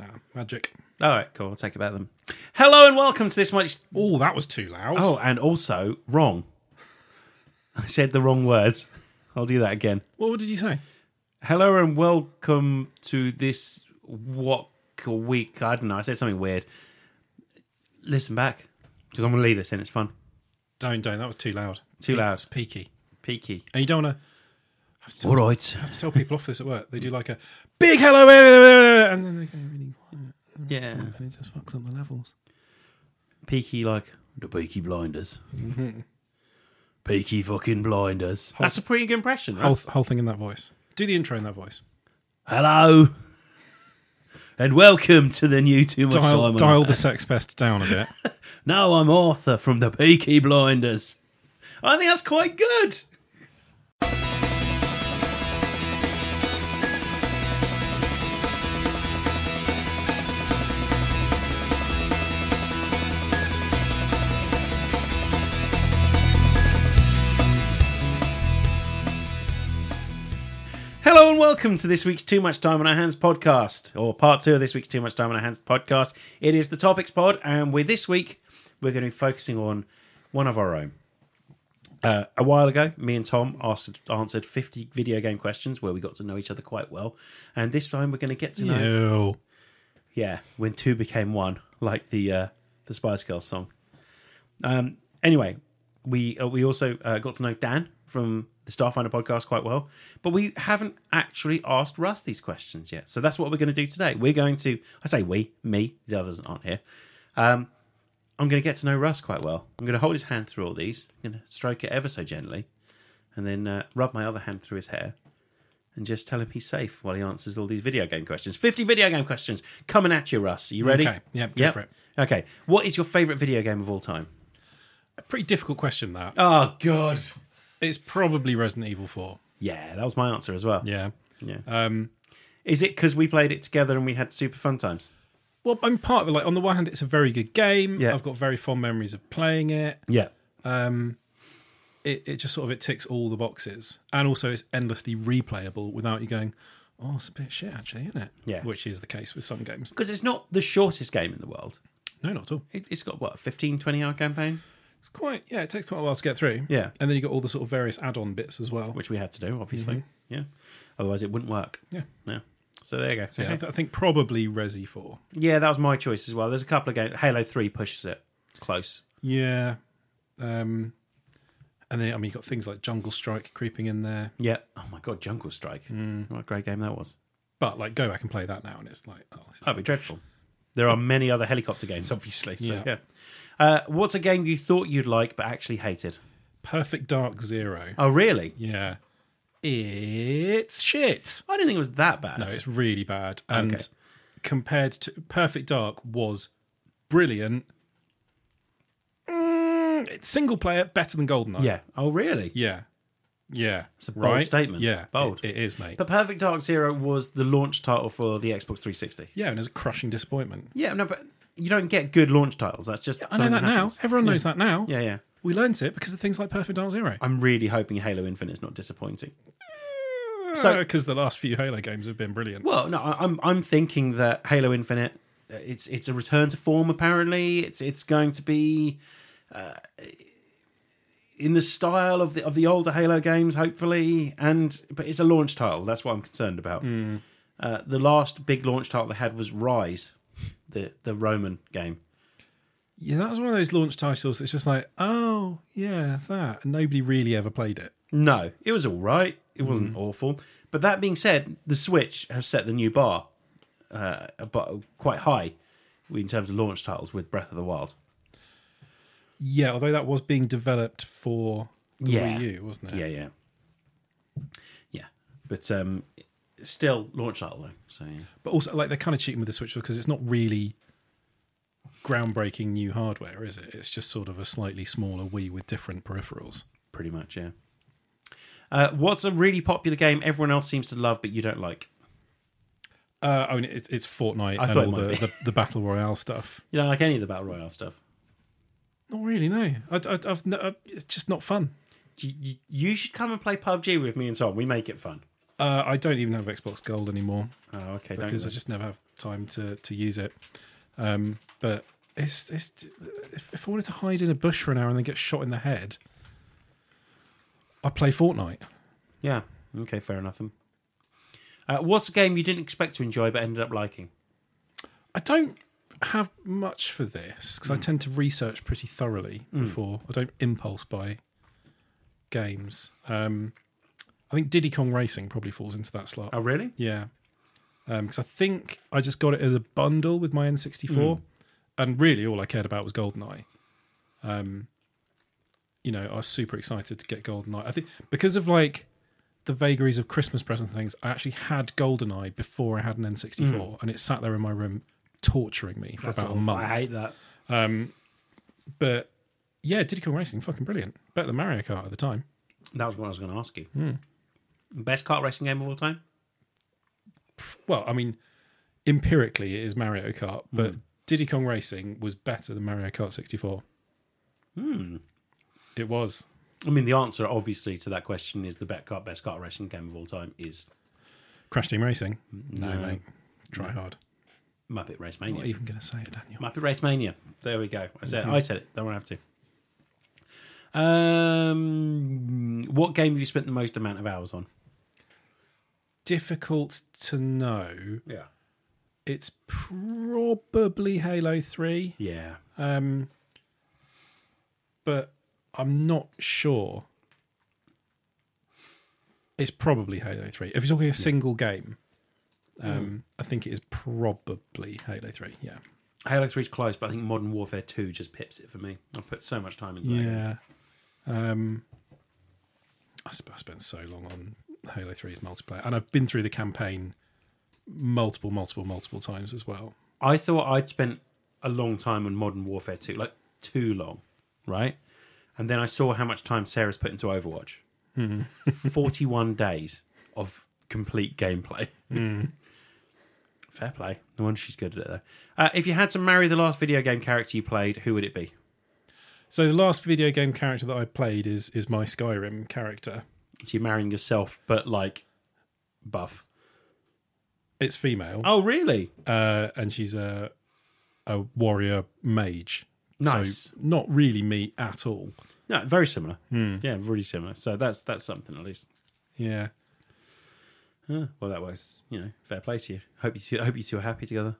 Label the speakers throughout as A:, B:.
A: Ah, magic.
B: All right, cool. I'll take it back then. Hello and welcome to this much.
A: Oh, that was too loud.
B: Oh, and also wrong. I said the wrong words. I'll do that again.
A: What did you say?
B: Hello and welcome to this what week? I don't know. I said something weird. Listen back because I'm going to leave this in. It's fun.
A: Don't, don't. That was too loud.
B: Too loud.
A: It's peaky.
B: Peaky.
A: And you don't want to. I have to
B: All
A: tell-
B: right.
A: I have to tell people off this at work. They do like a big hello, eh, eh, eh, and then they go really quiet,
B: Yeah.
A: and it just fucks up the levels.
B: Peaky like the Peaky Blinders. Peaky fucking Blinders. Oh, That's a pretty good impression.
A: Whole,
B: That's-
A: whole thing in that voice. Do the intro in that voice.
B: Hello. And welcome to the new Too Much
A: Dial,
B: Simon.
A: dial the sex pest down a bit.
B: No, I'm Arthur from the Peaky Blinders. I think that's quite good. Hello and welcome to this week's Too Much Time on Our Hands podcast, or part two of this week's Too Much Time on Our Hands podcast. It is the Topics Pod, and we this week we're going to be focusing on one of our own. Uh, a while ago, me and Tom asked, answered 50 video game questions where we got to know each other quite well, and this time we're going to get to know, yeah,
A: No.
B: when two became one, like the uh, the Spice Girls song. Um, anyway, we uh, we also uh, got to know Dan from the Starfinder podcast quite well, but we haven't actually asked Russ these questions yet. So that's what we're going to do today. We're going to, I say we, me, the others aren't here. Um, I'm going to get to know Russ quite well. I'm going to hold his hand through all these. I'm going to stroke it ever so gently, and then uh, rub my other hand through his hair. And just tell him he's safe while he answers all these video game questions. 50 video game questions coming at you, Russ. Are you ready?
A: Okay. Yep, go for it.
B: Okay. What is your favourite video game of all time?
A: A pretty difficult question, that.
B: Oh god.
A: It's probably Resident Evil 4.
B: Yeah, that was my answer as well.
A: Yeah.
B: Yeah.
A: Um,
B: Is it because we played it together and we had super fun times?
A: well, I'm part of it. Like, on the one hand, it's a very good game.
B: Yeah.
A: I've got very fond memories of playing it.
B: Yeah.
A: um, it, it just sort of it ticks all the boxes, and also it's endlessly replayable without you going, oh, it's a bit shit actually, isn't it?
B: Yeah.
A: which is the case with some games.
B: Because it's not the shortest game in the world.
A: No, not at all.
B: It, it's got what, a 15, 20 hour campaign?
A: It's quite yeah, it takes quite a while to get through.
B: Yeah.
A: and then you got all the sort of various add-on bits as well.
B: Which we had to do, obviously. Yeah. Otherwise it wouldn't work.
A: Yeah.
B: Yeah. So there you go.
A: Yeah, I,
B: Okay.
A: th- I think probably Resi Four.
B: Yeah, that was my choice as well. There's a couple of games. Halo 3 pushes it close.
A: Yeah, um, and then I mean you got things like Jungle Strike creeping in there,
B: Yeah. Mm. Oh my god, Jungle Strike. What a great game that was.
A: but like go back and play that now, and it's like oh, this is-
B: That'd be dreadful. There are many other helicopter games, obviously. So, yeah.
A: Yeah.
B: Uh, what's a game you thought you'd like but actually hated?
A: Perfect Dark Zero.
B: Oh, really?
A: Yeah, it's shit.
B: I didn't think it was that bad.
A: No, it's really bad. And
B: Okay.
A: compared to Perfect Dark was brilliant. Mm, it's single player better than Goldeneye.
B: yeah. Oh, really?
A: Yeah. Yeah. It's
B: a bold statement.
A: Yeah.
B: Bold.
A: It- it is, mate.
B: But Perfect Dark Zero was the launch title for the Xbox 360.
A: yeah, and it's a crushing disappointment.
B: Yeah, no, but you don't get good launch titles. That's just
A: I know that now. Everyone knows that now.
B: Yeah, yeah.
A: We learnt it because of things like Perfect Dark Zero.
B: I'm really hoping Halo Infinite's not disappointing.
A: So, because the last few Halo games have been brilliant.
B: Well, no, I- I'm I'm thinking that Halo Infinite, uh, it's it's a return to form. Apparently, it's it's going to be. Uh, in the style of the of the older Halo games, hopefully, and but it's a launch title. That's what I'm concerned about. Uh, the last big launch title they had was Rise, the the Roman game.
A: Yeah, that was one of those launch titles that's just like, oh, yeah, that. And nobody really ever played it.
B: No, it was all right. It wasn't awful. But that being said, the Switch have set the new bar, uh, but quite high in terms of launch titles with Breath of the Wild.
A: Yeah, although that was being developed for the
B: Yeah.
A: Wii U, wasn't it?
B: Yeah, yeah, yeah. But um, still launch title though. So yeah.
A: But also, like, they're kind of cheating with the Switch because it's not really groundbreaking new hardware, is it? It's just sort of a slightly smaller Wii with different peripherals.
B: pretty much, yeah. Uh, what's a really popular game everyone else seems to love but you don't like?
A: Uh, I mean, it's, it's Fortnite
B: I
A: and
B: thought it
A: all
B: might
A: the,
B: be.
A: the, the Battle Royale stuff.
B: You don't like any of the battle royale stuff.
A: Not really, no. I, I, I've, no- I- it's just not fun.
B: You, you, you should come and play PUBG with me and Tom. We make it fun.
A: Uh, I don't even have Xbox Gold anymore
B: Oh, okay. Don't
A: because I
B: then.
A: just never have time to, to use it. Um, but it's it's if, if I wanted to hide in a bush for an hour and then get shot in the head, I play Fortnite.
B: Yeah. Okay. Fair enough. Then. Uh, what's a game you didn't expect to enjoy but ended up liking?
A: I don't have much for this because I tend to research pretty thoroughly before I don't impulse buy games. Um, I think Diddy Kong Racing probably falls into that slot.
B: Oh, really?
A: Yeah, because I think I just got it as a bundle with my N64,
B: Hmm.
A: and really all I cared about was Goldeneye. Um, you know, I was super excited to get Goldeneye. I think because of like the vagaries of Christmas present things, I actually had Goldeneye before I had an N64, and it sat there in my room torturing me for
B: Hmm. That's
A: about a
B: awful.
A: month.
B: I hate that.
A: Um, but yeah, Diddy Kong Racing, fucking brilliant. Better than Mario Kart at the time.
B: That was what I was going to ask you. Best kart racing game of all time?
A: well, I mean, empirically it is Mario Kart, but Diddy Kong Racing was better than Mario Kart 64. Hmm. It was.
B: I mean, the answer obviously to that question is the best kart, best kart racing game of all time is
A: Crash Team Racing. No, mate. Try hard.
B: Muppet Race
A: I'm not Mm-hmm.
B: Mania.
A: even going to say it, Daniel.
B: Muppet Race Mania. There we go. I said I said it. Don't have to. Um, what game have you spent the most amount of hours on?
A: Difficult to know.
B: Yeah,
A: It's probably Halo 3,
B: yeah.
A: um, but I'm not sure. It's probably Halo 3. If you're talking a single game, um, I think it is probably Halo 3, yeah.
B: Halo Three's close, but I think Modern Warfare Two just pips it for me. I've put so much time into that. game.
A: Yeah. Um, I, sp- I spent so long on Halo 3's multiplayer, and I've been through the campaign multiple, multiple, multiple times as well.
B: I thought I'd spent a long time on Modern Warfare 2, like too long, right? And then I saw how much time Sarah's put into Overwatch 41 days of complete gameplay. Fair play. No wonder she's good at it, though. Uh, if you had to marry the last video game character you played, who would it be?
A: So the last video game character that I played is is my Skyrim character.
B: So you're marrying yourself, but like buff.
A: It's female,
B: Oh, really?
A: uh, and she's a a warrior mage.
B: Nice.
A: So not really me at all.
B: No, very similar. Yeah, really similar. So that's that's something at least.
A: Yeah.
B: Huh. Well, that was you know fair play to you. Hope you two, hope you two are happy together.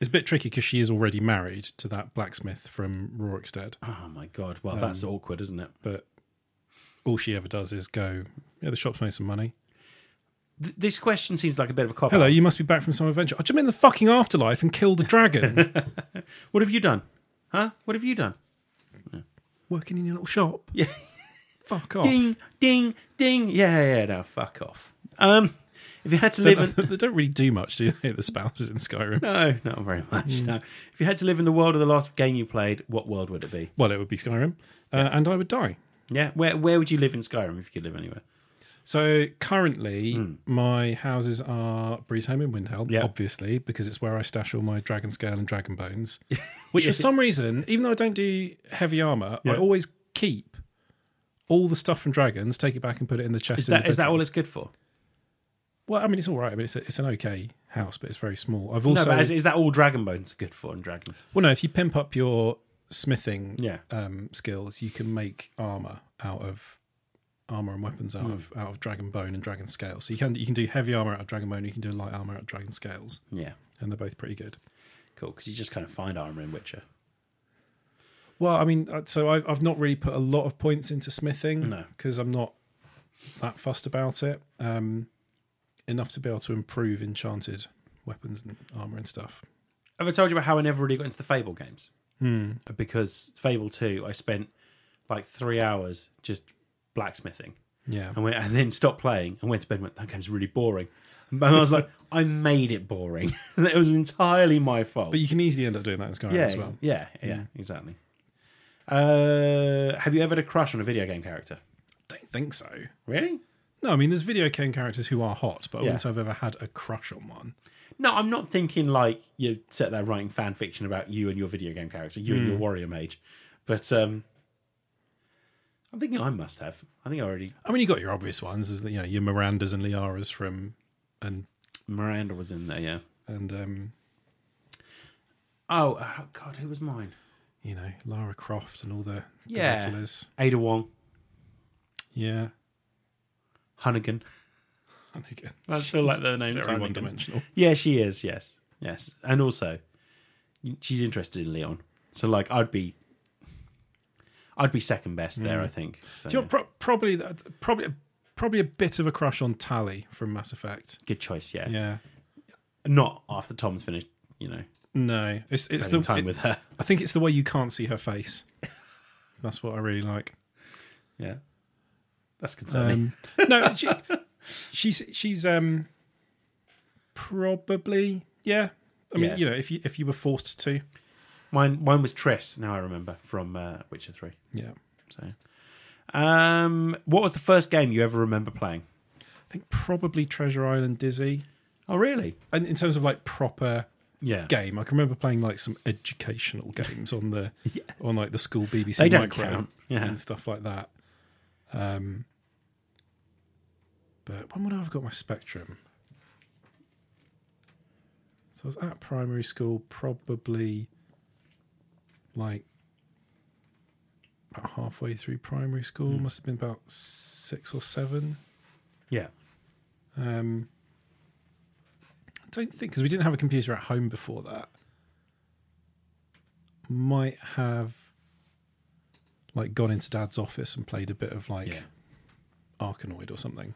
A: It's a bit tricky because she is already married to that blacksmith from Rorikstead.
B: Oh my god! Well, that's awkward, isn't it?
A: but all she ever does is go, yeah, the shop's made some money.
B: Th- this question seems like a bit of a cop.
A: Hello, you must be back from some adventure. I jumped in the fucking afterlife and killed a dragon.
B: What have you done? Huh? What have you done?
A: Working in your little shop.
B: Yeah.
A: Fuck off.
B: Ding, ding, ding. Yeah, yeah, yeah, no, fuck off. Um, if you had to live in
A: they don't really do much, do they? The spouses in Skyrim.
B: no, not very much. No. If you had to live in the world of the last game you played, what world would it be?
A: Well, it would be Skyrim, uh, and I would die.
B: Yeah, where where would you live in Skyrim if you could live anywhere?
A: So currently, my houses are Breesholme in Windhelm,
B: Hmm. Yeah.
A: obviously, because it's where I stash all my dragon scale and dragon bones. Which, for some reason, even though I don't do heavy armor, I
B: Yeah.
A: always keep all the stuff from dragons, take it back, and put it in the chest.
B: Is
A: in
B: that
A: the
B: is that
A: bedroom.
B: all it's good for?
A: Well, I mean, it's all right. I mean, it's a, it's an okay house, but it's very small. I've
B: No,
A: also
B: but is, is that all dragon bones are good for in dragon?
A: well, no. If you pimp up your smithing
B: Yeah.
A: um, skills, you can make armor out of armor and weapons
B: Hmm.
A: out of out of dragon bone and dragon scale. So you can you can do heavy armor out of dragon bone. You can do light armor out of dragon scales,
B: Yeah,
A: and they're both pretty good.
B: cool. Because you just kind of find armor in Witcher.
A: Well, I mean, uh, so I've I've not really put a lot of points into smithing
B: No.
A: because I'm not that fussed about it. Um, enough to be able to improve enchanted weapons and armor and stuff.
B: Have I told you about how I never really got into the Fable games? Hmm. Because Fable 2, I spent like three hours just blacksmithing
A: Yeah.
B: and, went, and then stopped playing and went to bed and went, that game's really boring. And I was like, I made it boring. it was entirely my fault.
A: But you can easily end up doing that in Skyrim
B: yeah,
A: as well.
B: yeah, yeah, exactly. Uh, have you ever had a crush on a video game character?
A: don't think so.
B: Really?
A: No, I mean, there's video game characters who are hot, but I wouldn't
B: Yeah.
A: say I've ever had a crush on one.
B: No, I'm not thinking like you sit there writing fan Hmm. fiction about you and your video game character, you and your warrior mage. But um, I'm thinking I must have. I think I already.
A: I mean, you got your obvious ones, is that you know your Mirandas and Liaras from, and
B: Miranda was in there, yeah.
A: and um,
B: Oh, oh God, who was mine?
A: you know Lara Croft and all the
B: Yeah.
A: Draculas.
B: Ada Wong,
A: yeah.
B: Hunnigan.
A: And again,
B: I still like their name.
A: very one dimensional.
B: Yeah, she is. Yes, yes, and also she's interested in Leon. So like, I'd be, I'd be second best there. I think. So,
A: Do you
B: yeah.
A: know, pro- probably that- probably probably a bit of a crush on Tally from Mass Effect.
B: Good choice. Yeah.
A: Yeah,
B: Not after Tom's finished. You know,
A: no, it's it's
B: spending
A: the
B: time
A: it-
B: with her.
A: I think it's the way you can't see her face. That's what I really like.
B: Yeah. That's concerning.
A: Um, no, she, she's she's um probably yeah. I mean,
B: Yeah.
A: you know, if you if you were forced to,
B: mine, mine was Triss. Now I remember from uh, Witcher Three.
A: yeah.
B: So, um, what was the first game you ever remember playing?
A: I think probably Treasure Island Dizzy.
B: Oh, really?
A: And in terms of like proper
B: Yeah.
A: game, I can remember playing like some educational games on the on like the school BBC
B: They don't
A: micro
B: count. Yeah.
A: and stuff like that. Um, but when would I have got my Spectrum? So I was at primary school, probably like about halfway through primary school.
B: Hmm.
A: Must have been about six or seven.
B: Yeah.
A: Um, I don't think because we didn't have a computer at home before that. Might have like gone into dad's office and played a bit of like
B: Yeah.
A: Arkanoid or something.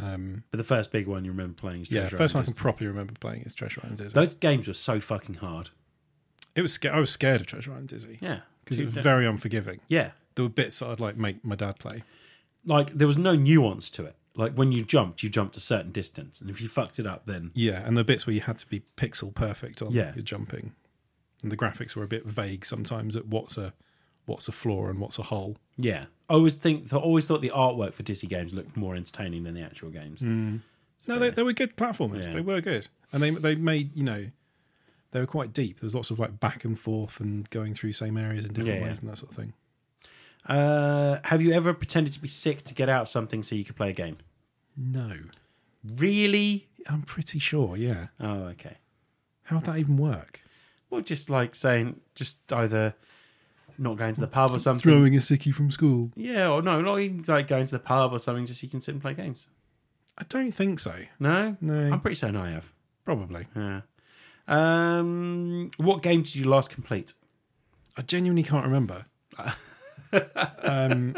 A: Um,
B: But the first big one you remember playing is
A: yeah,
B: Treasure
A: first one I
B: Island,
A: can properly remember playing is Treasure Island Dizzy.
B: Those games were so fucking hard.
A: it was sca- I was scared of Treasure Island Dizzy
B: Yeah.
A: because it was very unforgiving.
B: yeah.
A: There were bits that I'd like make my dad play.
B: Like there was no nuance to it. Like when you jumped, you jumped a certain distance, and if you fucked it up, then
A: Yeah, and the bits where you had to be pixel perfect on
B: Yeah.
A: your jumping, and the graphics were a bit vague sometimes at what's a what's a floor and what's a hole.
B: yeah. I always think I always thought the artwork for Disney games looked more entertaining than the actual games.
A: No, they, they were good platformers.
B: Yeah.
A: They were good, and they they made you know they were quite deep. There was lots of like back and forth and going through same areas in different
B: Yeah, yeah.
A: ways and that sort of thing.
B: Uh, have you ever pretended to be sick to get out of something so you could play a game?
A: No,
B: Really?
A: I'm pretty sure. Yeah,
B: Oh, okay.
A: how would that even work?
B: Well, just like saying, just either not going to the pub or something.
A: a sickie from school.
B: Yeah, or no, not even like going to the pub or something. Just so you can sit and play games.
A: I don't think so.
B: No,
A: No.
B: I'm pretty certain I have.
A: Probably.
B: Yeah. Um, what game did you last complete?
A: I genuinely can't remember. um,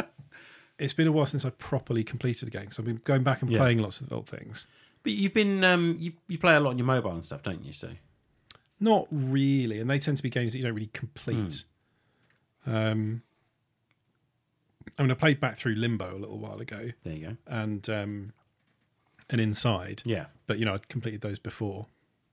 A: it's been a while since I properly completed a game, so I've been going back and
B: Yeah.
A: playing lots of old things.
B: But you've been um, you you play a lot on your mobile and stuff, don't you? So
A: Not really, and they tend to be games that you don't really complete.
B: Hmm.
A: Um, I mean, I played back through Limbo a little while ago,
B: there you go.
A: and um, and Inside,
B: Yeah.
A: but you know I'd completed those before.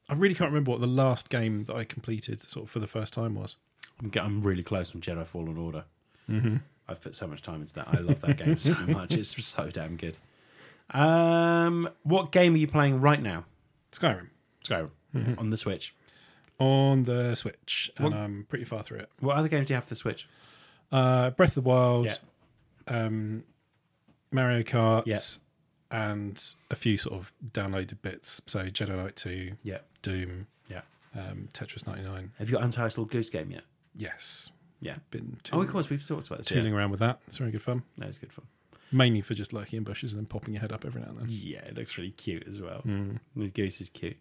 A: I really can't remember what the last game that I completed sort of for the first time was.
B: I'm get- I'm really close on Jedi Fallen Order. Mm-hmm. I've put so much time into that. I love that game so much. It's so damn good. Um, what game are you playing right now?
A: Skyrim
B: Skyrim on the Switch.
A: on the Switch, and
B: What-
A: I'm pretty far through it.
B: What other games do you have for the Switch?
A: Uh, Breath of the Wild,
B: Yeah.
A: um, Mario Kart,
B: Yeah.
A: and a few sort of downloaded bits. So Jedi Knight 2,
B: Yeah,
A: Doom,
B: yeah.
A: um, Tetris 99.
B: Have you got Untitled Goose Game yet?
A: Yes,
B: Yeah.
A: been
B: Oh,
A: tooling,
B: of course, we've talked about this.
A: tooling around with that. It's very good fun.
B: Yeah. That is good fun.
A: Mainly for just lurking in bushes and then popping your head up every now and then.
B: Yeah, it looks really cute as well. Mm. The goose is cute.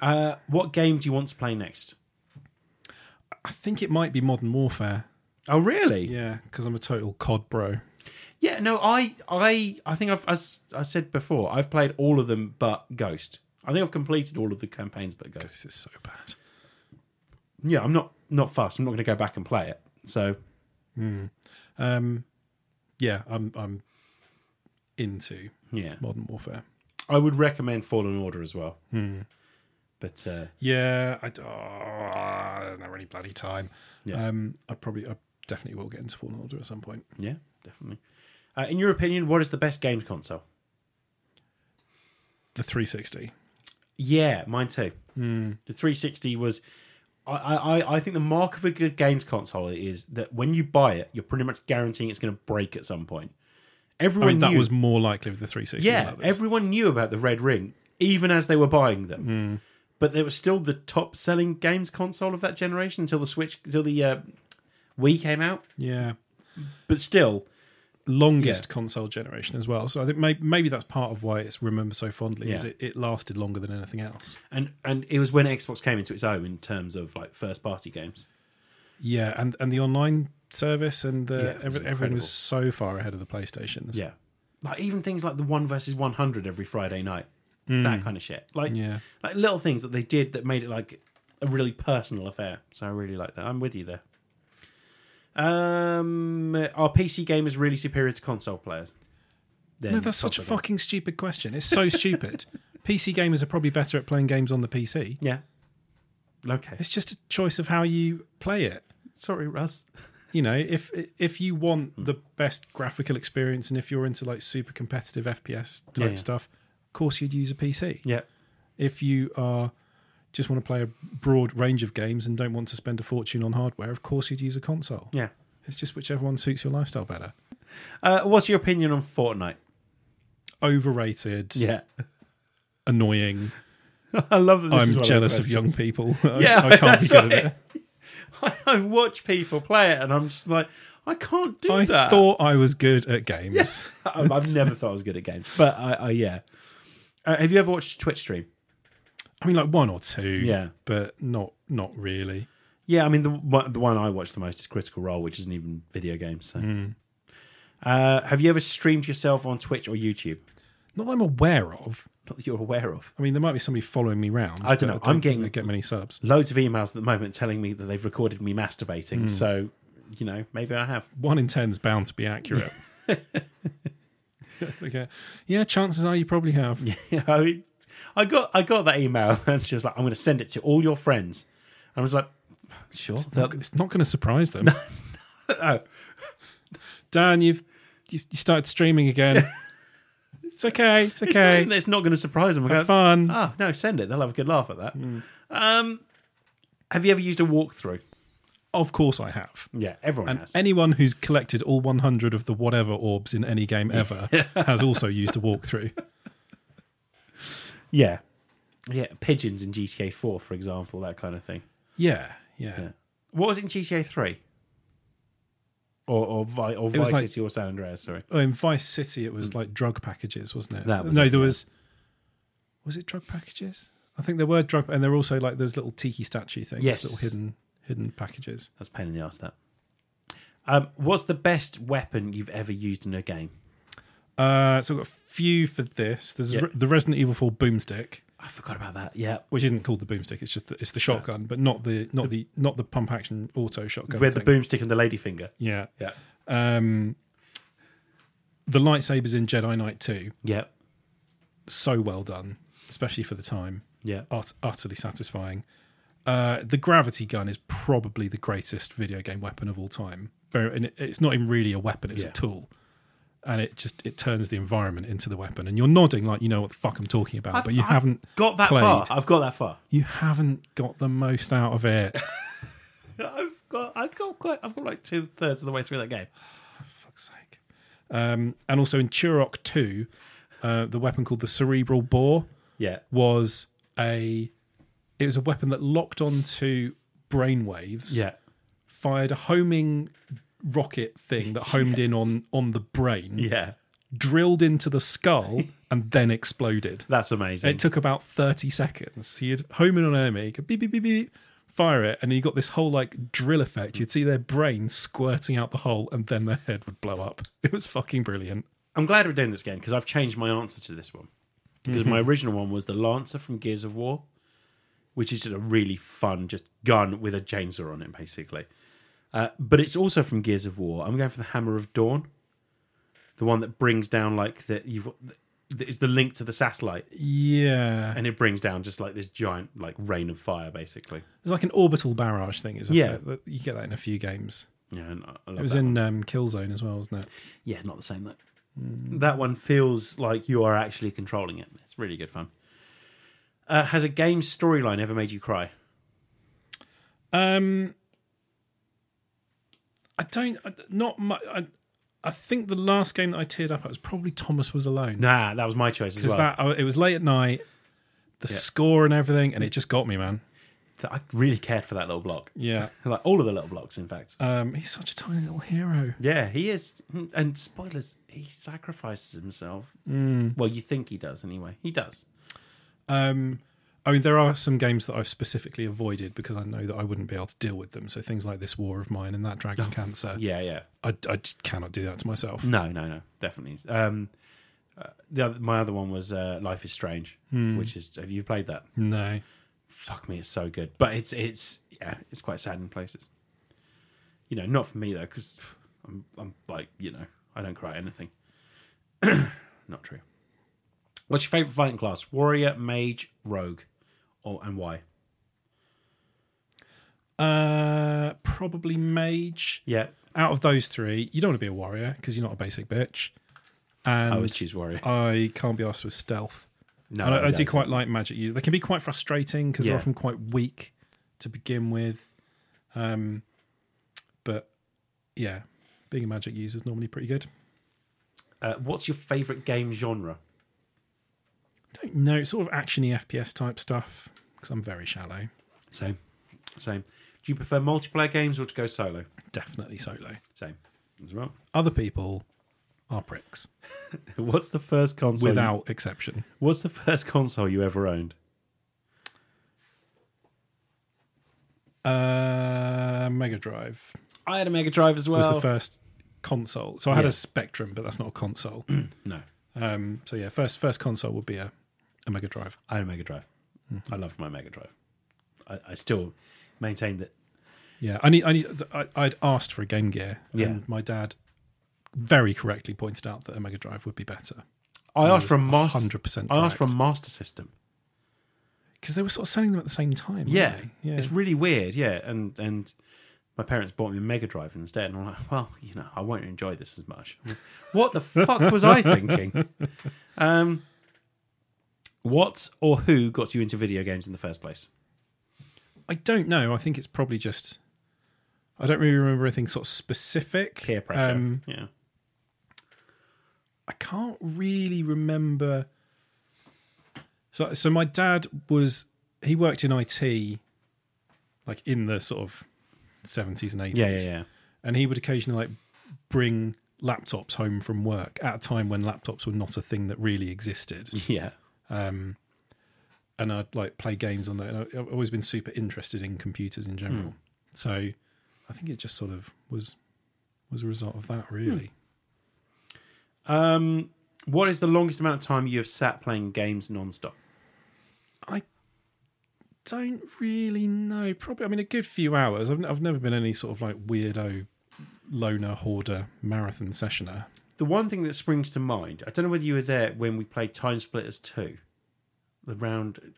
B: Uh, what game do you want to play next?
A: I think it might be Modern Warfare.
B: Oh, really? Yeah.
A: Yeah, because I'm a total COD bro.
B: no, I, I, I think I've, I, s- I said before, I've played all of them but Ghost. I think I've completed all of the campaigns but Ghost.
A: This is so bad.
B: Yeah, I'm not, not fast. I'm not going to go back and play it. So,
A: Um, yeah, I'm I'm into
B: yeah,
A: Modern Warfare.
B: I would recommend Fallen Order as well.
A: Hmm.
B: But uh,
A: Yeah, I d- oh, I don't have any bloody time.
B: Yeah.
A: Um, I probably, I definitely will get into Fallen Order at some point.
B: yeah, definitely. Uh, in your opinion, what is the best games console?
A: The 360. Hmm.
B: Yeah, mine too. The 360 was I, I, I think the mark of a good games console is that when you buy it, you're pretty much guaranteeing it's going to break at some point.
A: I
B: Everyone
A: mean, that
B: knew,
A: was more likely with the 360. than
B: yeah,
A: others.
B: everyone knew about the Red Ring even as they were buying them. But they were still the top selling games console of that generation until the Switch, until the uh, Wii came out.
A: yeah.
B: But still,
A: Longest console generation as well. So I think maybe, maybe that's part of why it's remembered so fondly. Is
B: Yeah.
A: it, it lasted longer than anything else?
B: and and it was when Xbox came into its own in terms of like first party games.
A: Yeah, and and the online service and the
B: Yeah, it was
A: every- everyone was so far ahead of the PlayStations.
B: Yeah. Like even things like the one versus one hundred every Friday night, that kind of shit. Like
A: Mm. Yeah.
B: like little things that they did that made it like a really personal affair. So I really like that. I'm with you there. Um, are PC gamers really superior to console players? Then
A: No, that's such a
B: console
A: fucking stupid question. It's so stupid. PC gamers are probably better at playing games on the PC.
B: gamers- Yeah. Okay.
A: It's just a choice of how you play it.
B: Sorry, Russ.
A: You know, if if you want
B: Hmm.
A: the best graphical experience and if you're into like super competitive FPS type
B: Yeah, yeah.
A: stuff, of course you'd use a PC.
B: Yeah.
A: If you are just want to play a broad range of games and don't want to spend a fortune on hardware, of course you'd use a console.
B: Yeah.
A: It's just whichever one suits your lifestyle better.
B: Uh, what's your opinion on Fortnite?
A: Overrated,
B: Yeah.
A: annoying.
B: I love that. This is
A: I'm
B: one the
A: jealous of
B: questions.
A: young people. I-
B: Yeah,
A: I can't be
B: that's
A: good at
B: right.
A: it.
B: I, I watch people play it, and I'm just like, I can't do
A: I
B: that.
A: thought I was good at games.
B: I've I've never thought I was good at games, but I, I yeah. Uh, have you ever watched a Twitch stream?
A: I mean, like one or two.
B: Yeah.
A: but not not really.
B: Yeah, I mean the one- the one I watch the most is Critical Role, which isn't even video games. So. Uh, have you ever streamed yourself on Twitch or YouTube?
A: Not that I'm aware of.
B: Not that you're aware of.
A: I mean, there might be somebody following me round.
B: I
A: but
B: don't know. I'm
A: think
B: getting-
A: they get many subs.
B: Loads of emails at the moment telling me that they've recorded me masturbating. So you know, maybe I have.
A: One in ten's bound to be accurate. okay. Yeah, chances are you probably have.
B: I, mean, I got I got that email, and she was like, "I'm going to send it to all your friends." I was like, "Sure."
A: Not- it's not going to surprise them.
B: Oh.
A: Dan, you've you, you started streaming again. it's okay. It's
B: It's not-
A: okay.
B: It's not, going to surprise them. I
A: Have
B: go,
A: fun.
B: Ah, no, send it. They'll have a good laugh at that. Um, have you ever used a walkthrough?
A: Of course, I have.
B: Yeah, everyone
A: And
B: has.
A: anyone who's collected all 100 of the whatever orbs in any game ever has also used a walkthrough.
B: yeah, yeah, pigeons in GTA Four, for example, that kind of thing.
A: Yeah, yeah.
B: Yeah. What was it in GTA Three? Or or Vi- or
A: It was
B: Vice
A: like-
B: City or San Andreas? Sorry,
A: Oh, in Vice City, it was like drug packages, wasn't it?
B: Mm. That was
A: no,
B: it,
A: there was. Was it drug packages? I think there were drug, and there were also like those little tiki statue things,
B: Yes.
A: little hidden hidden packages.
B: that's a pain in the ass. That. Um, what's the best weapon you've ever used in a game?
A: Uh, so I've got a few for this. There's
B: Yeah.
A: Re- the Resident Evil 4 boomstick,
B: I forgot about that. Yeah,
A: which isn't called the boomstick; it's just the, it's the shotgun, but not the not the not the pump action auto shotgun.
B: with the
A: thing.
B: boomstick and the ladyfinger.
A: yeah.
B: Yeah,
A: Um, the lightsabers in Jedi Knight 2,
B: yeah,
A: so well done, especially for the time.
B: yeah.
A: Ut- utterly satisfying. Uh, the gravity gun is probably the greatest video game weapon of all time. Bear- And it- it's not even really a weapon; it's
B: Yeah.
A: a tool, and it just it turns the environment into the weapon. And you're nodding like you know what the fuck I'm talking about, but you
B: I've
A: haven't
B: got that
A: played.
B: far. I've got that far.
A: You haven't got the most out of it.
B: I've got, I've got quite, I've got like two thirds of the way through that game.
A: fuck's sake. Um, and also in Turok 2, uh, the weapon called the Cerebral Bore
B: Yeah,
A: was a it was a weapon that locked onto brainwaves,
B: yeah,
A: fired a homing rocket thing that homed in on on the brain,
B: yeah.
A: drilled into the skull, and then exploded.
B: That's
A: It
B: amazing.
A: took about thirty seconds. He'd home in on an enemy, go beep beep beep beep, fire it, and you got this whole like drill effect. You'd see their brain squirting out the hole, and then their head would blow up. It was fucking brilliant.
B: I'm glad we're doing this game because I've changed my answer to this one because my
A: Mm-hmm.
B: original one was the Lancer from Gears of War, which is just a really fun just gun with a chainsaw on it, basically. Uh, but it's also from Gears of War. I'm going for the Hammer of Dawn, the one that brings down like the you've got. The, it's the link to the satellite,
A: Yeah,
B: and it brings down just like this giant like rain of fire, basically.
A: it's like an orbital barrage thing, isn't
B: Yeah.
A: it? You get that in a few games.
B: Yeah, and I, I love
A: It was
B: that
A: in um, Killzone as well, wasn't it?
B: Yeah, not the same though. Mm. That one feels like you are actually controlling it. It's really good fun. Uh, has a game's storyline ever made you cry?
A: Um, I don't. I- Not much. I, I think the last game that I teared up at was probably Thomas Was Alone
B: Nah, that was my choice as
A: because
B: well.
A: that I- it was late at night, the score and everything, and it just got me, man.
B: Th- I really cared for that little block.
A: Yeah.
B: Like all of the little blocks, in fact.
A: Um, he's such a tiny little hero.
B: Uh, Yeah, he is. And spoilers, he sacrifices himself. Well, you think he does anyway. He does.
A: Um, I mean, there are some games that I've specifically avoided because I know that I wouldn't be able to deal with them. So things like this War of Mine and that Dragon Cancer,
B: Oh, Yeah, yeah.
A: I, I just cannot do that to myself.
B: No, no, no. Definitely. Um, uh, the other, my other one was uh, Life is Strange, which is. Have you played that?
A: No.
B: Fuck me, it's so good. But it's it's yeah, it's quite sad in places. You know, not for me though, because I'm I'm like you know I don't cry at anything. not true. What's your favorite fighting class? Warrior, mage, rogue, or and why?
A: Uh, probably Mage.
B: Yeah,
A: Out of those three, you don't want to be a warrior because you're not a basic bitch.
B: I would
A: And
B: choose warrior.
A: I can't be asked with stealth.
B: No,
A: and I, I do
B: don't.
A: quite like magic. You they can be quite frustrating because
B: Yeah.
A: they're often quite weak to begin with. Um, but yeah, being a magic user is normally pretty good.
B: Uh, what's your favorite game genre?
A: Don't know, it's sort of actiony FPS type stuff because I'm very shallow.
B: Same, same. Do you prefer multiplayer games or to go solo?
A: Definitely solo.
B: Same as well.
A: Other people are pricks
B: What's the first console?
A: without exception.
B: what's the first console you ever owned?
A: Uh, Mega Drive
B: I had a Mega Drive as well.
A: was the first console. So I had
B: Yeah.
A: a Spectrum, but that's not a console.
B: No,
A: um, so yeah, first first console would be a, a Mega Drive.
B: I had a Mega Drive. I loved my Mega Drive. I, I still maintain that.
A: Yeah, I need. I need. I, I'd asked for a Game Gear,
B: Yeah.
A: and my dad very correctly pointed out that a Mega Drive would be better
B: I asked for a Master.
A: 100%
B: I asked for a
A: correct.
B: Master System.
A: because they were sort of selling them at the same time. weren't
B: Yeah,
A: they? yeah.
B: it's really weird. Yeah, and and my parents bought me a Mega Drive instead, and I'm like, well, you know, I won't enjoy this as much. what the fuck was I thinking? Um, what or who got you into video games in the first place?
A: I don't know. I think it's probably just. I don't really remember anything sort of specific.
B: Peer pressure.
A: Um,
B: yeah,
A: I can't really remember. So, so my dad was he worked in IT, like in the sort of seventies and eighties.
B: yeah, yeah, yeah.
A: and he would occasionally like bring laptops home from work at a time when laptops were not a thing that really existed
B: Yeah.
A: um and i'd like play games on that and I- i've always been super interested in computers in general
B: Hmm.
A: so i think it just sort of was was a result of that really
B: Um, what is the longest amount of time you have sat playing games non-stop?
A: i don't really know probably i mean a good few hours i've, n- I've never been any sort of like weirdo loner hoarder marathon sessioner
B: The one thing that springs to mind, I don't know whether you were there when we played Time Splitters 2. The round,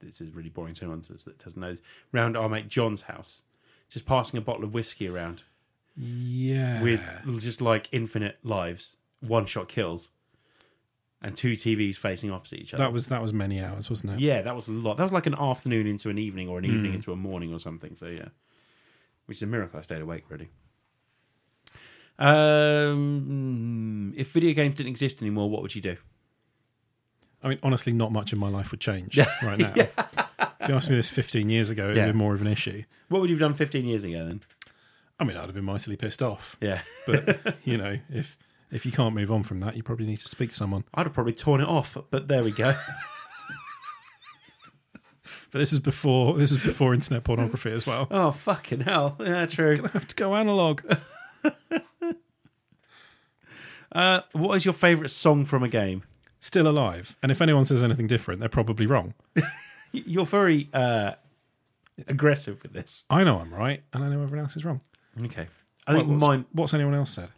B: this is really boring to anyone that's- that doesn't know this, round our mate John's house. Just passing a bottle of whiskey around
A: yeah
B: with just like infinite lives, one shot kills, and two TVs facing opposite each other.
A: that was that was many hours wasn't it
B: yeah, that was a lot. That was like an afternoon into an evening or an evening into a morning or something. So, yeah. Which is a miracle I stayed awake, really. Um, if video games didn't exist anymore, what would you do?
A: I mean, honestly, not much in my life would change right now. If you asked me this 15 years ago, it'd
B: Yeah.
A: be more of an issue.
B: What would you have done 15 years ago then?
A: I mean, I'd have been mightily pissed off.
B: Yeah.
A: But you know, if if you can't move on from that, you probably need to speak to someone.
B: I'd have probably torn it off, but there we go.
A: But this is before this is before internet pornography as well.
B: oh, fucking hell. Yeah, true.
A: I have to go analog.
B: Uh, what is your favourite song from a game?
A: Still alive. And if anyone says anything different, they're probably wrong.
B: Y- You're very uh, aggressive with this.
A: I know I'm right, and I know everyone else is wrong.
B: Okay. I think
A: what's,
B: mine.
A: what's anyone else said?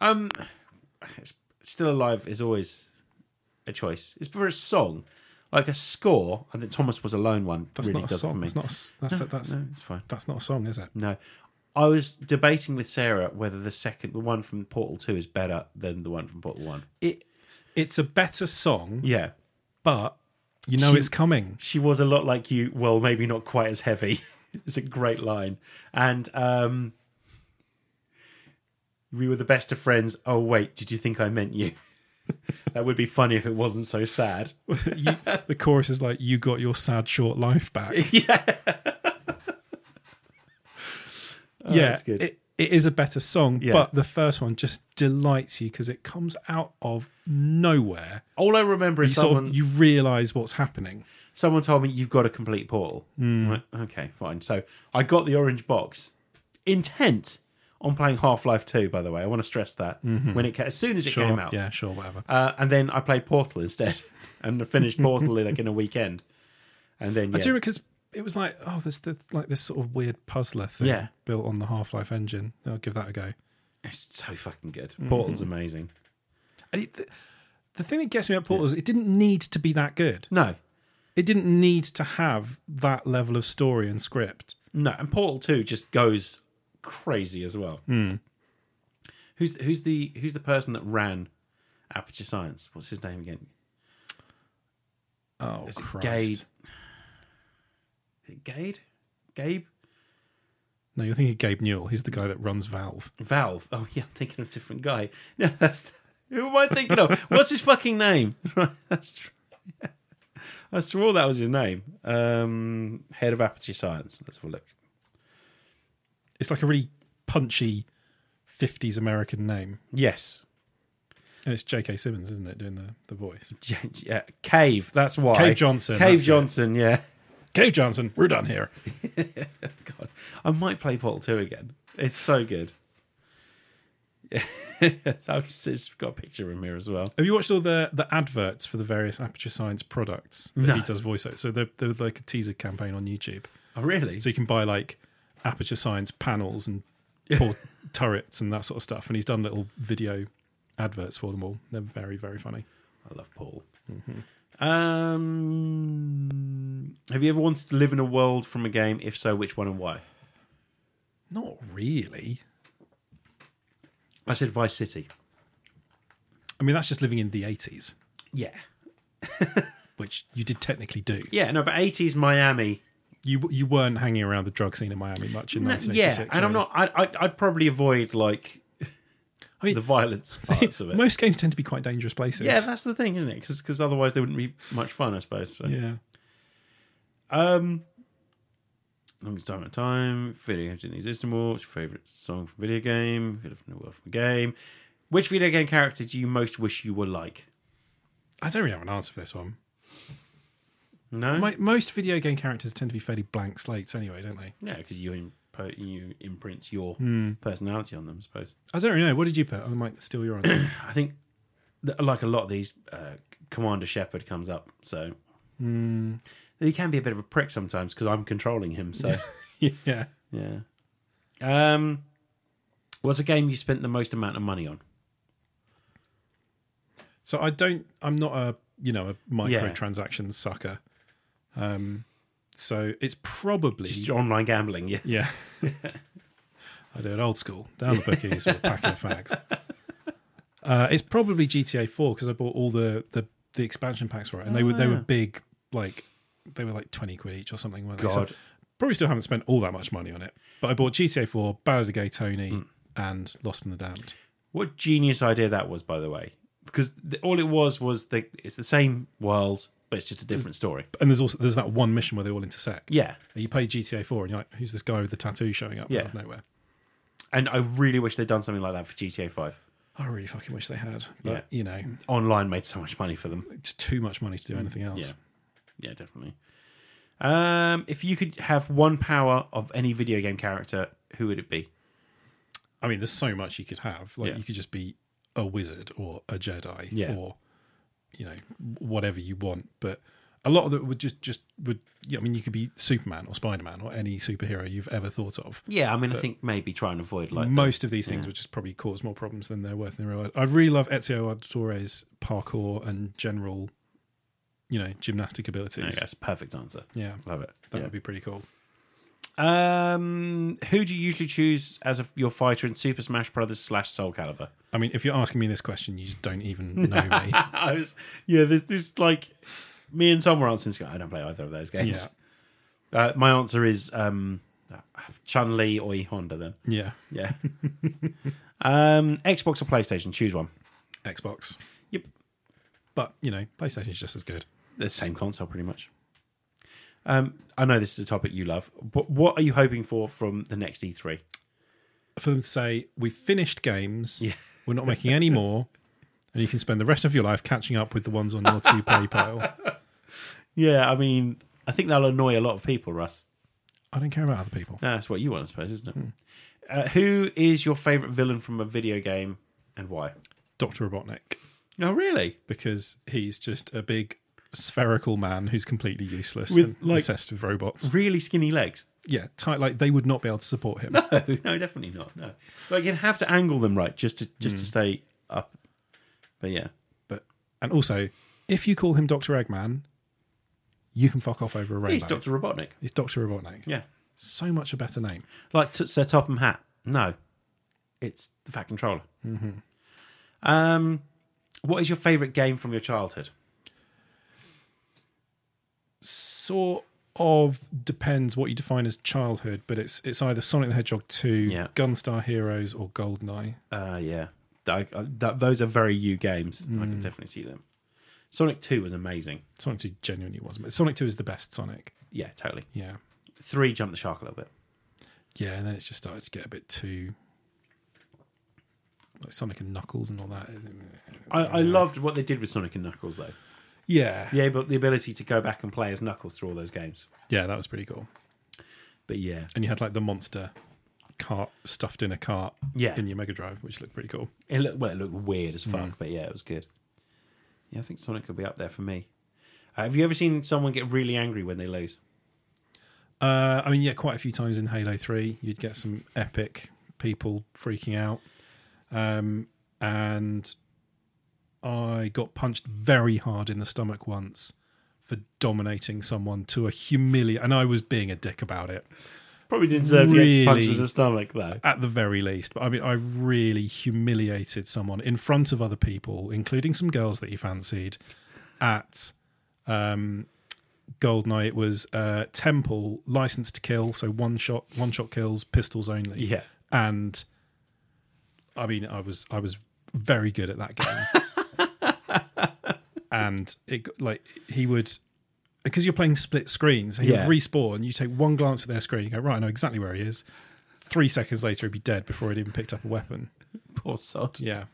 B: Um, it's Still Alive is always a choice. It's for a song, like a score. I think Thomas was alone one.
A: That's
B: really
A: not a
B: does it for
A: song.
B: me.
A: That's not. A, s- that's
B: No,
A: that's
B: no, it's fine.
A: that's not a song, is it?
B: No. I was debating with Sarah whether the second, the one from Portal 2 is better than the one from Portal 1.
A: It it's a better song,
B: Yeah.
A: but you know
B: She-
A: it's coming.
B: She was a lot like you, well, maybe not quite as heavy. It's a great line. And um, we were the best of friends. Oh wait, did you think I meant you? that would be funny if it wasn't so sad.
A: You- the chorus is like, "You got your sad short life back."
B: yeah,
A: yeah,
B: that's good.
A: It, it is a better song,
B: Yeah.
A: but the first one just delights you because it comes out of nowhere.
B: all I remember
A: You
B: is
A: sort
B: someone
A: of you realise what's happening.
B: someone told me you've got to complete Portal.
A: Hmm.
B: I'm like, okay, fine. So I got the orange box. Intent on playing Half Life Two, by the way. I want to stress that when it ca- as soon as it
A: Mm-hmm. Sure,
B: came out.
A: yeah, sure, whatever.
B: Uh, and then I played Portal instead, and I finished Portal in like in a weekend. And then yeah,
A: I do because it was like, oh, there's the, like this sort of weird puzzler thing
B: Yeah.
A: built on the Half Life engine. I'll give that a go.
B: it's so fucking good. Portal's amazing.
A: And it, the, the thing that gets me at Portal is it didn't need to be that good.
B: No,
A: It didn't need to have that level of story and script.
B: no, and Portal Two just goes crazy as well. Who's who's the who's the person that ran Aperture Science? What's his name again?
A: Oh,
B: Is it
A: Christ.
B: Gade? Is it Gade? Gabe?
A: No, you're thinking Gabe Newell. He's the guy that runs Valve.
B: Valve. Oh yeah, I'm thinking of a different guy. No, that's who am I thinking of? What's his fucking name? that's tr- I swore that was his name. Um, head of Aperture Science. Let's have a look.
A: It's like a really punchy 50s American name.
B: Yes,
A: And it's J.K. Simmons, isn't it, doing the, the voice?
B: J- J- yeah, Cave. That's why
A: Cave Johnson,
B: Cave
A: that's it.
B: Johnson. Yeah.
A: Gabe Johnson, we're done here.
B: God, I might play Portal Two again. It's so good. it's got a picture of him here as well.
A: Have you watched all the, the adverts for the various Aperture Science products that
B: No.
A: he does voiceover? So they're, they're like a teaser campaign on YouTube.
B: Oh, really?
A: So you can buy like Aperture Science panels and port turrets and that sort of stuff. And he's done little video adverts for them all. They're very, very funny.
B: I love Paul. Um, have you ever wanted to live in a world from a game? If so, which one and why?
A: Not really.
B: I said Vice City.
A: I mean, that's just living in the 80s,
B: Yeah,
A: which you did technically do.
B: yeah, no, but eighties Miami.
A: You you weren't hanging around the drug scene in Miami much in
B: No,
A: 1986.
B: yeah, and I'm
A: were you?
B: not. I, I, I'd probably avoid like
A: I mean-
B: the violence parts of it.
A: Most games tend to be quite dangerous places.
B: Yeah, that's the thing, isn't it? Because otherwise they wouldn't be much fun, I suppose. So.
A: yeah.
B: Um, longest time at time. Video games didn't exist anymore. What's your favorite song from video game? Could have no world from a game. Which video game character do you most wish you were like?
A: I don't really have an answer for this one.
B: No,
A: My, most video game characters tend to be fairly blank slates anyway, don't they?
B: no, because you imp- you imprint your personality on them. I suppose.
A: I don't really know. What did you put? I might steal your answer.
B: I think, that, like a lot of these, uh, Commander Shepard comes up. So he can be a bit of a prick sometimes because I'm controlling him. So
A: yeah.
B: yeah. Um, what's a game you spent the most amount of money on?
A: So I don't. I'm not a you know a
B: Yeah.
A: microtransaction sucker. Um, so it's probably
B: Just online gambling. Yeah.
A: yeah. I do it old school, down the bookies with a packet of fags. Uh, it's probably GTA Four because I bought all the, the the expansion packs for it, and they were they
B: Ah.
A: were big, like they were like twenty quid each or something. Weren't They?
B: God.
A: So probably still haven't spent all that much money on it, but I bought GTA Four, Ballad of Gay Tony,
B: Hmm.
A: and Lost in the Damned.
B: What genius idea that was, by the way, because the, all it was was the it's the same world, but it's just a different story.
A: And there's also there's that one mission where they all intersect.
B: Yeah,
A: You play GTA 4 and you're like, who's this guy with the tattoo showing up
B: Yeah.
A: out of nowhere?
B: and I really wish they'd done something like that for GTA Five.
A: I really fucking wish they had. But,
B: Yeah.
A: you know,
B: Online made so much money for them.
A: it's too much money to do anything else.
B: Hmm. Yeah, yeah, definitely. Um, if you could have one power of any video game character, who would it be?
A: I mean, there's so much you could have. Like,
B: Yeah.
A: you could just be a wizard or a Jedi
B: Yeah.
A: or, you know, whatever you want. But a lot of it would just, just would, yeah, I mean, you could be Superman or Spider Man or any superhero you've ever thought of.
B: Yeah, I mean, I think maybe try and avoid like
A: Most of these things would just probably cause more problems than they're worth in real life. I really love Ezio Auditore's parkour and general, you know, gymnastic
B: Yeah,
A: abilities.
B: that's a perfect answer.
A: Yeah.
B: Love it.
A: That would be pretty cool.
B: Yeah. Um, who do you usually choose as a, your fighter in Super Smash Brothers slash Soul Calibur?
A: I mean, if you're asking me this question, you just don't even know me.
B: I was, yeah, this, this like me and Tom were answering. this guy, I don't play either of those
A: yeah.
B: games. Uh, my answer is um, Chun Li or E Honda. Then
A: Yeah,
B: yeah. um, Xbox or PlayStation? Choose one.
A: Xbox.
B: Yep.
A: But you know, PlayStation's just as good.
B: the same console pretty much. Um, I know this is a topic you love. But what are you hoping for from the next E E3?
A: For them to say we finished games,
B: Yeah.
A: we're not making any more, and you can spend the rest of your life catching up with the ones on your two pay pile.
B: Yeah, I mean, I think that'll annoy a lot of people, Russ.
A: I don't care about other people.
B: That's what you want, I suppose, isn't it? Uh, who is your favorite villain from a video game and why?
A: Doctor Robotnik,
B: Oh, really?
A: because he's just a big spherical man who's completely useless
B: With,
A: and
B: like-
A: obsessed with robots.
B: Really skinny legs?
A: Yeah, tight, like they would not be able to support him.
B: No, no, definitely not. No, like you'd have to angle them right just to just to stay up. But yeah,
A: But and also, if you call him Doctor Eggman, you can fuck off over a rainbow.
B: he's Doctor Robotnik.
A: It's Doctor Robotnik.
B: Yeah,
A: So much a better name.
B: Like t- Sir Topham Hat. No, it's the Fat Controller. Mm-hmm. Um, what is your favourite game from your childhood?
A: Sort of depends what you define as childhood, but it's it's either Sonic the Hedgehog two,
B: Yeah.
A: Gunstar Heroes, or Goldeneye.
B: Uh, yeah, Mm. I, I, that, those are very you games. I can definitely see them. Sonic Two was amazing.
A: Sonic two genuinely was, but Sonic two is the best Sonic.
B: Yeah, totally.
A: Yeah,
B: Three jumped the shark a little bit.
A: yeah, and then it's just started to get a bit too. Like Sonic and Knuckles and all that.
B: I, I loved what they did with Sonic and Knuckles though.
A: Yeah.
B: Yeah, but the ability to go back and play as Knuckles through all those games.
A: Yeah, that was pretty cool.
B: But yeah,
A: And you had like the monster cart stuffed in a cart
B: Yeah. Mm.
A: in your Mega Drive, which looked pretty cool.
B: It looked well. It looked weird as fuck, but yeah, it was good. Yeah, I think Sonic could be up there for me. Uh, have you ever seen someone get really angry when they lose?
A: Uh, I mean, yeah, quite a few times in Halo 3, you'd get some epic people freaking out. Um, and I got punched very hard in the stomach once for dominating someone to a humiliate, and I was being a dick about it
B: Probably didn't deserve to get punched in
A: Really?
B: the stomach though.
A: at the very least. But I mean, I really humiliated someone in front of other people, including some girls that he fancied. At um, Goldeneye, it was uh, Temple, License to Kill, so one shot, one shot kills, pistols only.
B: Yeah,
A: And I mean, I was I was very good at that game. and it got- like he would. Because you're playing split screens, he
B: Yeah.
A: would respawn. You take one glance at their screen, you go, right, I know exactly where he is three seconds later he'd be dead before he'd even picked up a weapon.
B: poor sod.
A: Yeah,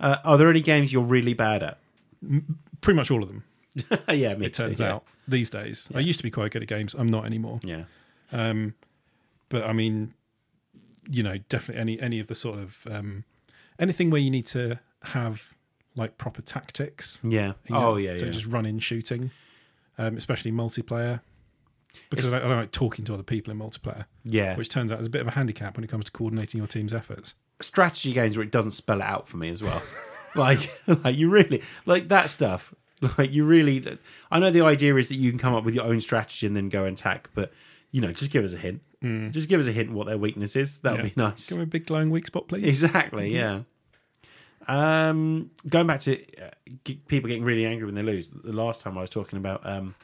B: Uh, are there any games you're really bad at?
A: pretty much all of them.
B: yeah, me
A: It turns
B: too, uh, yeah.
A: out these days, I used to be quite good at games. I'm not anymore.
B: Yeah,
A: Um, but I mean, you know, definitely any any of the sort of um, anything where you need to have like proper tactics.
B: yeah.
A: you know,
B: oh yeah,
A: don't
B: yeah.
A: just run in shooting, um, especially multiplayer. Because I don't, I don't like talking to other people in multiplayer,
B: yeah.
A: which turns out is a bit of a handicap when it comes to coordinating your team's efforts.
B: Strategy games where it doesn't spell it out for me as well. like, like you really like that stuff. Like you really. I know the idea is that you can come up with your own strategy and then go and attack, but you know, just give us a hint. Just give us a hint what their weakness is. That would
A: Yeah.
B: be nice.
A: Give me a big glowing weak spot, please.
B: Exactly. Yeah. Um, going back to uh, g- people getting really angry when they lose. The last time I was talking about um,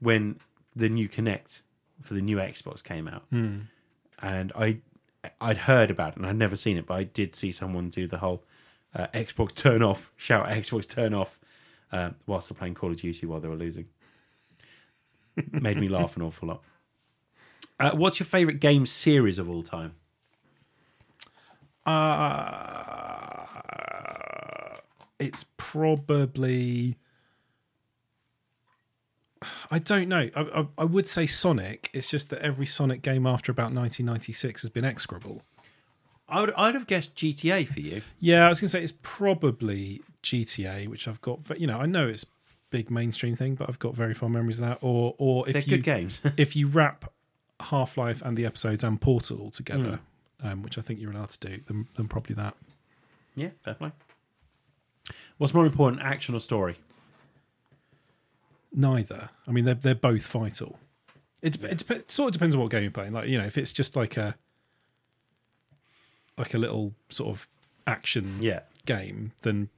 B: when the new Connect for the new Xbox came out, and I I'd heard about it and I'd never seen it, but I did see someone do the whole uh, Xbox turn off shout Xbox turn off uh, whilst they're playing Call of Duty while they were losing. Made me laugh an awful lot. Uh, what's your favorite game series of all time?
A: Uh, it's probably. I don't know. I, I, I would say Sonic. It's just that every Sonic game after about 1996 has been execrable.
B: I would, I'd have guessed GTA for you.
A: Yeah, I was going to say it's probably GTA, which I've got. You know, I know it's a big mainstream thing, but I've got very fond memories of that. Or, or if
B: They're
A: you
B: good games.
A: if you wrap Half Life and the episodes and Portal all together,
B: Hmm.
A: um, which I think you're allowed to do, then, then probably that.
B: yeah, fair play. What's more important, action or story?
A: neither. I mean, they're they're both vital. It, dep it, dep- sort of depends on what game you're playing. Like you know, if it's just like a like a little sort of action
B: Yeah,
A: game, then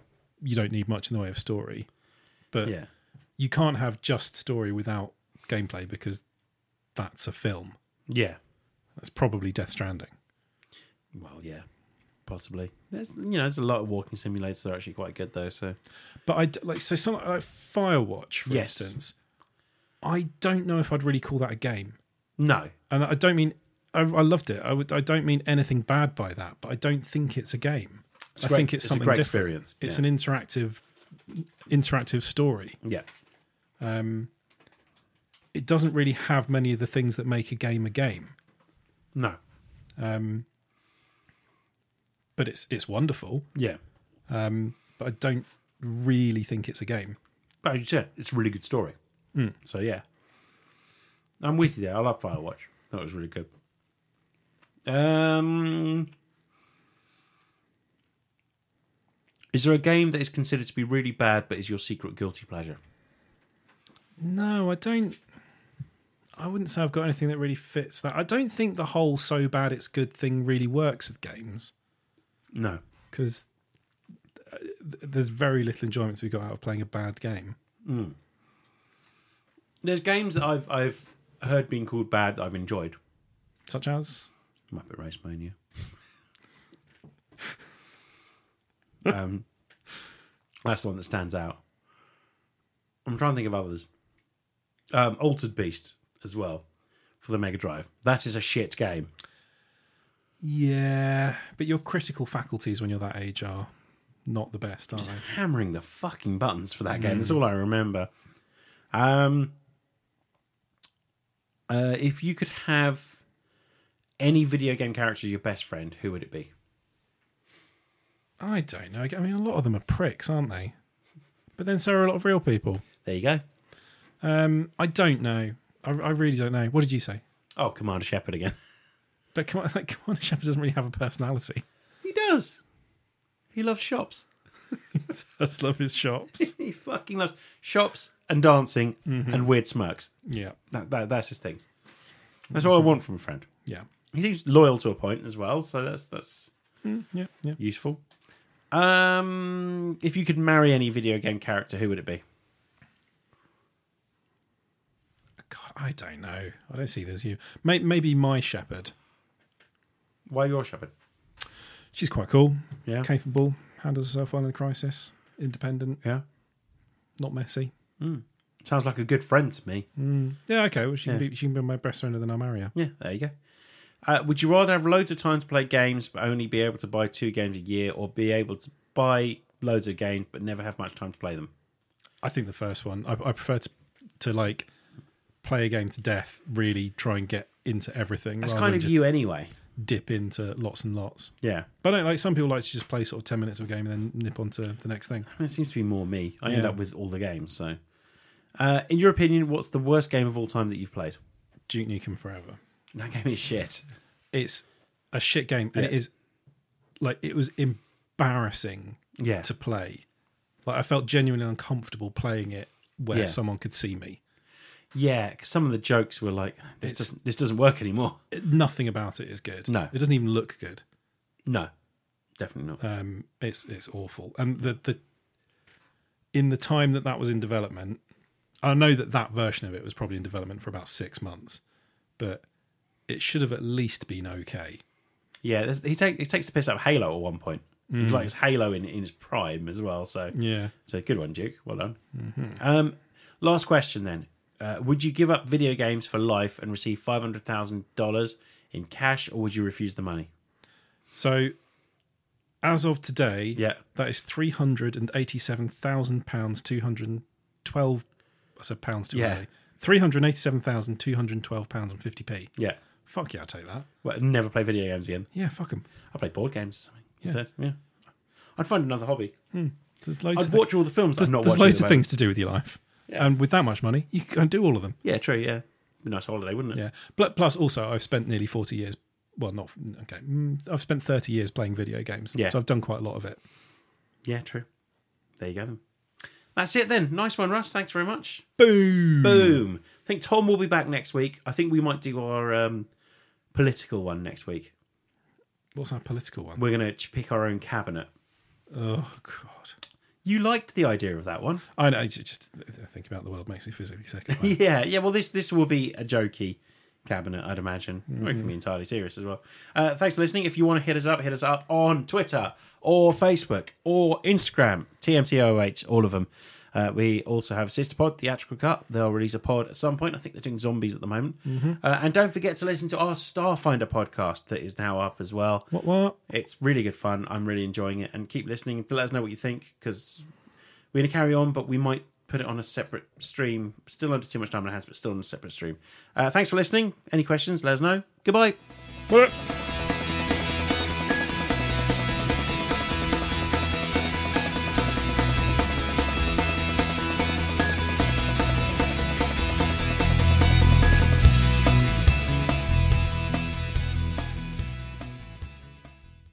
A: you don't need much in the way of story. But
B: yeah,
A: you can't have just story without gameplay because that's a film.
B: Yeah.
A: That's probably Death Stranding.
B: Well, yeah, possibly. There's you know, there's a lot of walking simulators that are actually quite good though. So
A: But I d- like so some like Firewatch, for
B: Yes.
A: instance. I don't know if I'd really call that a game,
B: no,
A: and I don't mean I, I loved it. I would. I don't mean anything bad by that, but I don't think it's a game. I
B: great-
A: think it's,
B: it's a
A: something
B: great
A: different.
B: experience,
A: It's
B: yeah.
A: an interactive, interactive story.
B: yeah,
A: It doesn't really have many of the things that make a game a game,
B: no,
A: but it's it's wonderful.
B: yeah.
A: But I don't really think it's a game.
B: But as you said, it's a really good story. So yeah, I'm with you there. I love Firewatch. That was really good. Um, is there a game that is considered to be really bad but is your secret guilty pleasure?
A: No, I don't. I wouldn't say I've got anything that really fits that. I don't think the whole so bad it's good thing really works with games
B: No.
A: because there's very little enjoyment to be got out of playing a bad game.
B: There's games that I've I've heard being called bad that I've enjoyed.
A: Such as
B: Muppet Race Mania. um, that's the one that stands out. I'm trying to think of others. Um, Altered Beast as well for the Mega Drive. That is a shit game.
A: yeah, but your critical faculties when you're that age are not the best, are they?
B: Hammering the fucking buttons for that game. That's all I remember. Um, uh, if you could have any video game character as your best friend, who would it be?
A: I don't know. I mean, a lot of them are pricks, aren't they? But then so are a lot of real people.
B: There you go.
A: Um, I don't know. I, I really don't know. What did you say?
B: Oh, Commander Shepard again.
A: But come on, like, come on, Shepard doesn't really have a personality.
B: He does. He loves shops.
A: That's love his shops.
B: He fucking loves shops and dancing and weird smirks.
A: yeah,
B: That, that that's his things. That's all I want from a friend.
A: yeah,
B: He seems loyal to a point as well, so that's that's
A: yeah, yeah.
B: useful. Um, if you could marry any video game character, who would it be?
A: God, I don't know. I don't see there's you. May- Maybe my Shepherd.
B: Why your shepherd?
A: She's quite cool,
B: Yeah,
A: capable, handles herself well in a crisis, independent,
B: yeah.
A: not messy.
B: Sounds like a good friend to me.
A: Mm. Yeah, okay. Well, she can
B: Yeah.
A: be she can be my best friend, and then I'll marry her.
B: Yeah, there you go. Uh, would you rather have loads of time to play games but only be able to buy two games a year, or be able to buy loads of games but never have much time to play them?
A: I think the first one. I, I prefer to to like play a game to death. Really try and get into everything.
B: That's
A: rather
B: kind
A: than
B: of
A: just
B: you anyway.
A: Dip into lots and lots.
B: Yeah.
A: But I don't, like some people like to just play sort of ten minutes of a game and then nip onto the next thing.
B: I mean, it seems to be more me. I end
A: Yeah.
B: up with all the games. So, uh, in your opinion, what's the worst game of all time that you've played?
A: Duke Nukem Forever.
B: That game is shit.
A: it's a shit game and it
B: Yeah.
A: is like it was embarrassing
B: Yeah.
A: to play like i felt genuinely uncomfortable playing it where
B: Yeah.
A: someone could see me
B: Yeah, 'cause some of the jokes were like, this
A: It's-
B: doesn't this doesn't work anymore.
A: It- nothing about it is good
B: No.
A: it doesn't even look good
B: No, definitely not.
A: um it's it's awful and the the in the time that that was in development i know that that version of it was probably in development for about 6 months but it should have at least been okay
B: Yeah, there's- he takes he takes the piss out of Halo at one point. He likes Halo in, in his prime as well. So
A: Mm. yeah Mm-hmm.
B: so good one, Duke. Well done. Um, last question then: uh, Would you give up video games for life and receive five hundred thousand dollars in cash, or would you refuse the money?
A: so as of today
B: Yeah.
A: That is three hundred and eighty-seven thousand pounds, two hundred and twelve. I said pounds too
B: Yeah.
A: early. Three hundred eighty-seven thousand two hundred twelve pounds and fifty p.
B: Yeah.
A: Fuck yeah, I take that.
B: Well, I'd never play video games again.
A: Yeah, fuck them.
B: I play board games or something instead. Yeah. I'd find another hobby.
A: There's loads.
B: I'd
A: of
B: watch all the films. that
A: There's,
B: I'm not
A: there's
B: watching
A: loads
B: at
A: of
B: the moment.
A: things to do with your life,
B: Yeah.
A: and with that much money, you can do all of them.
B: Yeah, true. Yeah, Be a nice holiday, wouldn't it?
A: Yeah. But plus, also, I've spent nearly forty years. Well, not okay. mm, I've spent thirty years playing video games,
B: Yeah.
A: so I've done quite a lot of it.
B: Yeah, true. There you go. Then. That's it then. Nice one, Russ. Thanks very much.
A: Boom.
B: Boom. I think Tom will be back next week. I think we might do our um, political one next week.
A: What's our political one?
B: We're going to pick our own cabinet.
A: Oh God.
B: You liked the idea of that one.
A: I know. Just, just think about the world makes me physically sick. at the moment.
B: Yeah, yeah. Well, this this will be a jokey cabinet, I'd imagine. Or it can be entirely serious as well. Uh, thanks for listening. If you want to hit us up, hit us up on Twitter or Facebook or Instagram, TMTOH, all of them. Uh, we also have Sister Pod, Theatrical Cut. They'll release a pod at some point. I think they're doing zombies at the moment. Uh, and don't forget to listen to our Starfinder podcast that is now up as well.
A: What? What?
B: It's really good fun. I'm really enjoying it. And keep listening to let us know what you think because we're going to carry on, but we might put it on a separate stream. Still under too much time on our hands, but still on a separate stream. Uh, thanks for listening. Any questions, let us know. Goodbye.
A: What?